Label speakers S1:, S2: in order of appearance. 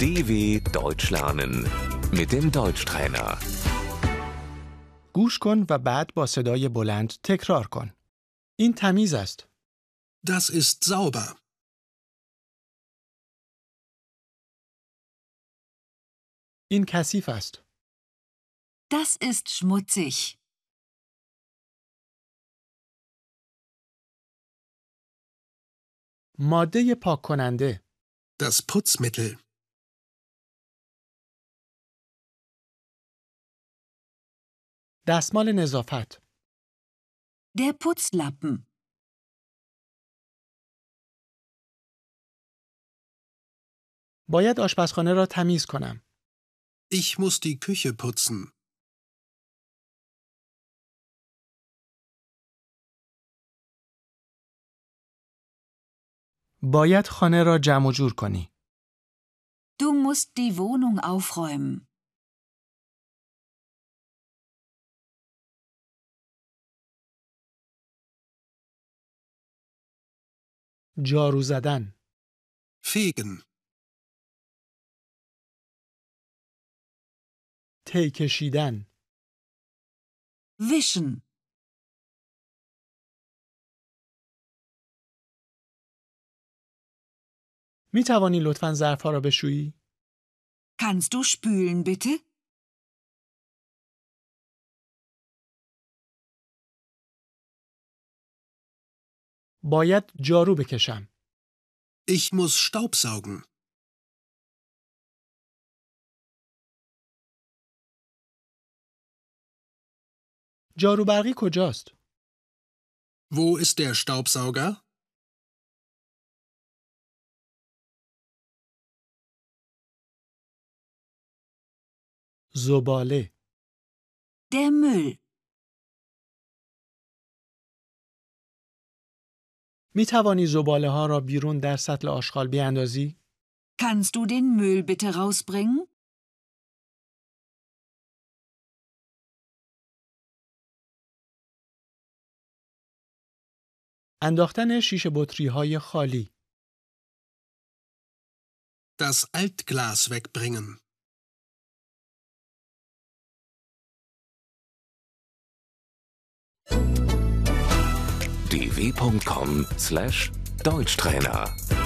S1: DW Deutsch lernen mit dem Deutschtrainer.
S2: گوش کن و بعد با صدای بلند تکرار کن. این تمیز است.
S3: Das ist sauber.
S2: این کثیف است.
S4: Das ist schmutzig.
S2: ماده پاک کننده.
S3: Das Putzmittel.
S2: دستمال نظافت.
S4: Der Putzlappen.
S2: باید آشپزخانه را تمیز کنم.
S3: Ich muss die Küche putzen.
S2: باید خانه را جمع و جور کنی.
S4: Du musst die Wohnung aufräumen.
S2: جارو زدن.
S3: Fegen.
S2: تی کشیدن.
S4: Wischen.
S2: می توانی لطفا ظرفها را بشویی؟
S4: Kannst du spülen bitte?
S2: باید جارو بکشم.
S3: Ich muss Staubsaugen.
S2: جارو برقی کجاست؟
S3: Wo ist der Staubsauger?
S2: زباله.
S4: Der Müll.
S2: می توانی زباله ها را بیرون در سطل آشغال بیاندازی؟
S4: Kannst du den Müll bitte rausbringen?
S2: انداختن شیشه بطری های خالی.
S3: Das Altglas wegbringen.
S1: dw.com/deutschtrainer